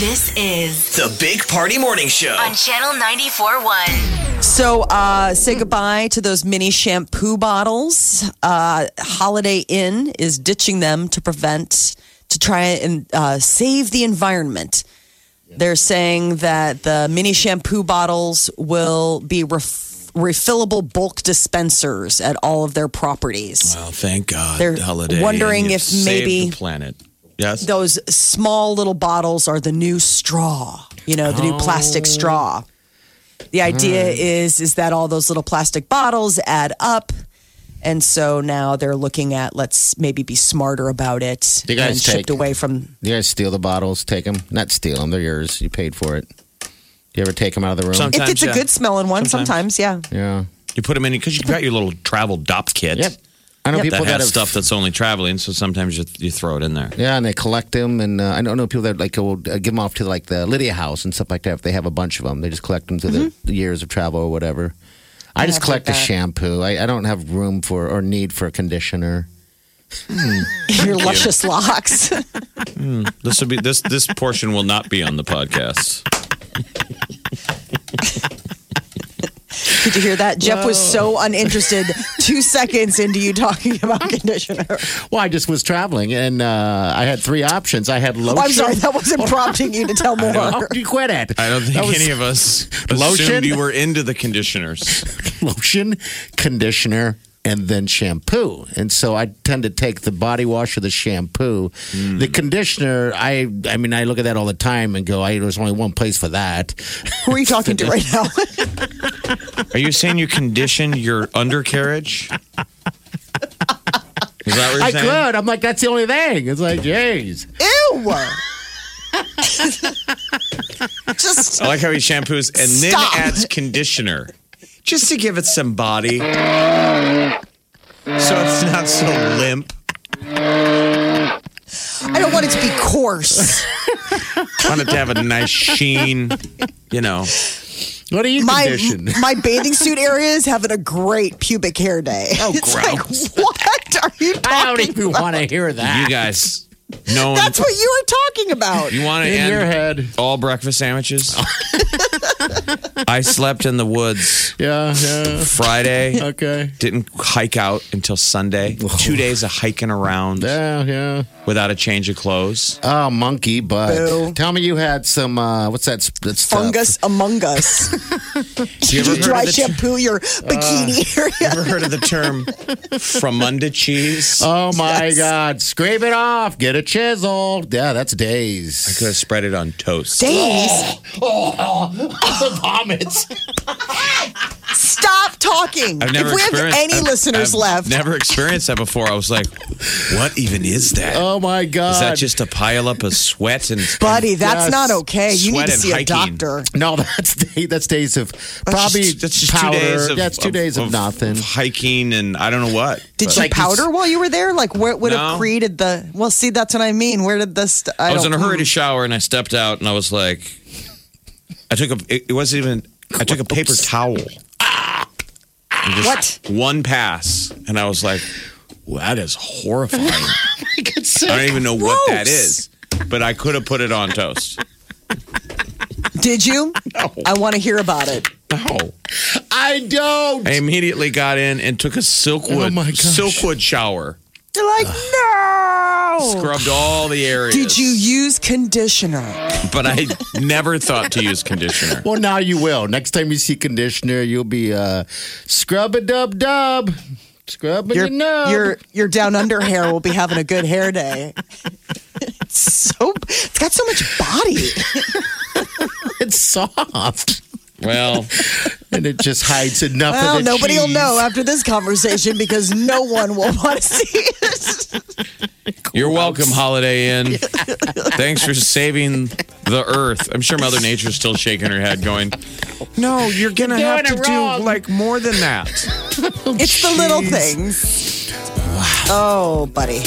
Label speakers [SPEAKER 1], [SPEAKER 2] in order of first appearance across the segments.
[SPEAKER 1] This is
[SPEAKER 2] The Big Party Morning Show.
[SPEAKER 1] on Channel 94.1.
[SPEAKER 3] So, uh, say goodbye to those mini shampoo bottles. Uh, Holiday Inn is ditching them to prevent, to try and uh, save the environment. They're saying that the mini shampoo bottles will be ref- refillable bulk dispensers at all of their properties.
[SPEAKER 4] Well, Oh, thank God.
[SPEAKER 3] They're
[SPEAKER 4] holiday.
[SPEAKER 3] wondering
[SPEAKER 4] and you've
[SPEAKER 3] if maybe-
[SPEAKER 4] saved the planet. Yes.
[SPEAKER 3] Those small little bottles are the new straw, you know, the new plastic
[SPEAKER 4] Oh.
[SPEAKER 3] straw. The idea
[SPEAKER 4] Hmm.
[SPEAKER 3] is is that all those little plastic bottles add up. And so now they're looking at let's maybe be smarter about it
[SPEAKER 5] You guys
[SPEAKER 3] and shipped
[SPEAKER 5] take-
[SPEAKER 3] away from
[SPEAKER 5] You guys steal the bottles, take them. Not steal them; they're yours. You paid for it. Do you ever take them out of the room?
[SPEAKER 4] Sometimes.
[SPEAKER 3] if it's
[SPEAKER 4] yeah.
[SPEAKER 3] a good smelling one,
[SPEAKER 4] Sometimes.
[SPEAKER 3] sometimes, yeah.
[SPEAKER 5] Yeah.
[SPEAKER 4] you put them in because you got your little travel dop kit.
[SPEAKER 5] Yep. I know
[SPEAKER 3] Yep.
[SPEAKER 5] people
[SPEAKER 4] That
[SPEAKER 5] that,
[SPEAKER 4] has
[SPEAKER 5] have
[SPEAKER 4] stuff that's only traveling, so sometimes you, you throw it in there.
[SPEAKER 5] Yeah, and they collect them, and uh, I don't know people that like will uh, give them off to like the Lydia House and stuff like that. If they have a bunch of them, they just collect them through
[SPEAKER 4] Mm-hmm.
[SPEAKER 5] the years of travel or whatever. I just collect the shampoo. I, I don't have room for or need for a conditioner.
[SPEAKER 3] Your luscious locks.
[SPEAKER 4] This would be this this portion will not be on the podcast.
[SPEAKER 3] Did you hear that? Jeff was so uninterested two seconds into you talking about conditioner.
[SPEAKER 5] Well, I just was traveling, and uh, I had three options. I had lotion.
[SPEAKER 3] Oh, I'm sorry, that wasn't prompting you to tell
[SPEAKER 5] Oh,
[SPEAKER 3] more.
[SPEAKER 5] you quit it.
[SPEAKER 4] I don't think
[SPEAKER 5] That was-
[SPEAKER 4] any of us
[SPEAKER 5] Lotion?
[SPEAKER 4] assumed you were into the conditioners.
[SPEAKER 5] lotion, conditioner, and then shampoo. And so I tend to take the body wash or the shampoo.
[SPEAKER 4] Hmm.
[SPEAKER 5] The conditioner, I I mean, I look at that all the time and go, I, there's only one place for that.
[SPEAKER 3] Who are you talking to right now?
[SPEAKER 4] Are you saying you conditioned your undercarriage? Is that what you're
[SPEAKER 5] I
[SPEAKER 4] saying?
[SPEAKER 5] could. I'm like, that's the only thing. It's like, jeez.
[SPEAKER 3] Ew. Just
[SPEAKER 4] I like how he shampoos and
[SPEAKER 3] Stop.
[SPEAKER 4] then adds conditioner just to give it some body. So it's not so limp.
[SPEAKER 3] I don't want it to be coarse.
[SPEAKER 4] Want it to have a nice sheen, you know.
[SPEAKER 5] What do you
[SPEAKER 3] My
[SPEAKER 5] condition?
[SPEAKER 3] my bathing suit area is having a great pubic hair day.
[SPEAKER 4] Oh,
[SPEAKER 3] it's
[SPEAKER 4] gross.
[SPEAKER 3] Like, what are you
[SPEAKER 5] I don't
[SPEAKER 3] talking?
[SPEAKER 5] even want to hear that.
[SPEAKER 4] You guys know
[SPEAKER 3] That's what you were talking about.
[SPEAKER 4] you want to
[SPEAKER 5] in
[SPEAKER 4] end
[SPEAKER 5] your head.
[SPEAKER 4] all breakfast sandwiches. I slept in the woods
[SPEAKER 5] Yeah, yeah.
[SPEAKER 4] Friday.
[SPEAKER 5] Okay.
[SPEAKER 4] Didn't hike out until Sunday. Two days of hiking around
[SPEAKER 5] Yeah, yeah.
[SPEAKER 4] without a change of clothes.
[SPEAKER 5] Oh, monkey butt.
[SPEAKER 3] Boo.
[SPEAKER 5] Tell me you had some, uh, what's that? sp- that stuff?
[SPEAKER 3] Fungus among us.
[SPEAKER 4] Do you
[SPEAKER 3] Did
[SPEAKER 4] ever
[SPEAKER 3] you
[SPEAKER 4] heard
[SPEAKER 3] dry
[SPEAKER 4] of the t- Uh,
[SPEAKER 3] shampoo your bikini area?
[SPEAKER 4] ever heard of the term fromunda cheese?
[SPEAKER 5] Oh my God! Scrape it off. Get a chisel. Yeah, that's days.
[SPEAKER 4] Could have spread it on toast.
[SPEAKER 3] Days.
[SPEAKER 5] the vomits.
[SPEAKER 3] Stop talking.
[SPEAKER 4] I've never
[SPEAKER 3] if we have
[SPEAKER 4] experienced
[SPEAKER 3] any
[SPEAKER 4] I've-
[SPEAKER 3] listeners
[SPEAKER 4] I've
[SPEAKER 3] left,
[SPEAKER 4] Never experienced that before. I was like, what even is that? Is
[SPEAKER 5] Oh my God!
[SPEAKER 4] that just a pile up of sweat and
[SPEAKER 3] buddy, that's
[SPEAKER 5] Yes.
[SPEAKER 3] not okay. You need
[SPEAKER 4] Sweat
[SPEAKER 3] to
[SPEAKER 4] and
[SPEAKER 3] see a
[SPEAKER 4] hiking.
[SPEAKER 3] doctor.
[SPEAKER 5] no? That's day, that's days of probably
[SPEAKER 4] Just- that's just
[SPEAKER 5] powder.
[SPEAKER 4] two days of
[SPEAKER 5] that's two days of, nothing.
[SPEAKER 4] of hiking and I don't know what.
[SPEAKER 3] Did
[SPEAKER 4] But-
[SPEAKER 3] you powder while you were there? Like, what would
[SPEAKER 4] No.
[SPEAKER 3] have created the? Well, see, that's what I mean. Where did this? I,
[SPEAKER 4] I was in
[SPEAKER 3] don't-
[SPEAKER 4] a hurry to shower and I stepped out and I was like, I took a. It, it wasn't even. I took a paper towel. And just
[SPEAKER 3] What?
[SPEAKER 4] One pass and I was like, well, that is horrifying. I don't even know what that is, but I could have put it on toast.
[SPEAKER 3] Did you? I want to hear about it.
[SPEAKER 4] No.
[SPEAKER 5] I don't.
[SPEAKER 4] I immediately got in and took a silkwood
[SPEAKER 5] Oh my gosh.
[SPEAKER 4] silkwood shower.
[SPEAKER 3] You're like,
[SPEAKER 2] Oh.
[SPEAKER 3] no.
[SPEAKER 4] Scrubbed all the areas.
[SPEAKER 3] Did you use conditioner?
[SPEAKER 4] But I never thought to use conditioner.
[SPEAKER 5] Well, now you will. Next time you see conditioner, you'll be uh, scrub a dub dub, scrubbing
[SPEAKER 3] Your
[SPEAKER 5] your nub.
[SPEAKER 3] your your down under hair will be having a good hair day. It's so it's got so much body.
[SPEAKER 5] it's soft
[SPEAKER 4] Well,
[SPEAKER 5] and it just hides enough
[SPEAKER 3] Well,
[SPEAKER 5] of the
[SPEAKER 3] nobody will
[SPEAKER 5] cheese.
[SPEAKER 3] know after this conversation because no one will want to see it.
[SPEAKER 4] you're welcome, Holiday Inn. Thanks for saving the earth. I'm sure Mother Nature's still shaking her head, going, "No, you're gonna
[SPEAKER 2] You're
[SPEAKER 4] have to
[SPEAKER 2] doing it wrong."
[SPEAKER 4] do like more than that."
[SPEAKER 3] It's the little things. Oh, buddy.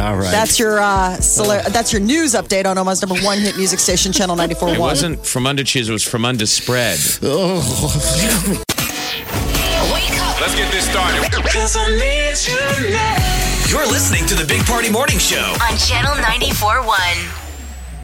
[SPEAKER 5] All right.
[SPEAKER 3] That's your uh, cele- that's your news update on Omaha's number one hit music station, Channel 94.1.
[SPEAKER 4] It wasn't from under cheese; it was from under spread.
[SPEAKER 5] Oh.
[SPEAKER 1] Wake up
[SPEAKER 6] Let's get this started.
[SPEAKER 7] You're listening to the Big Party Morning Show.
[SPEAKER 1] on Channel 94.1.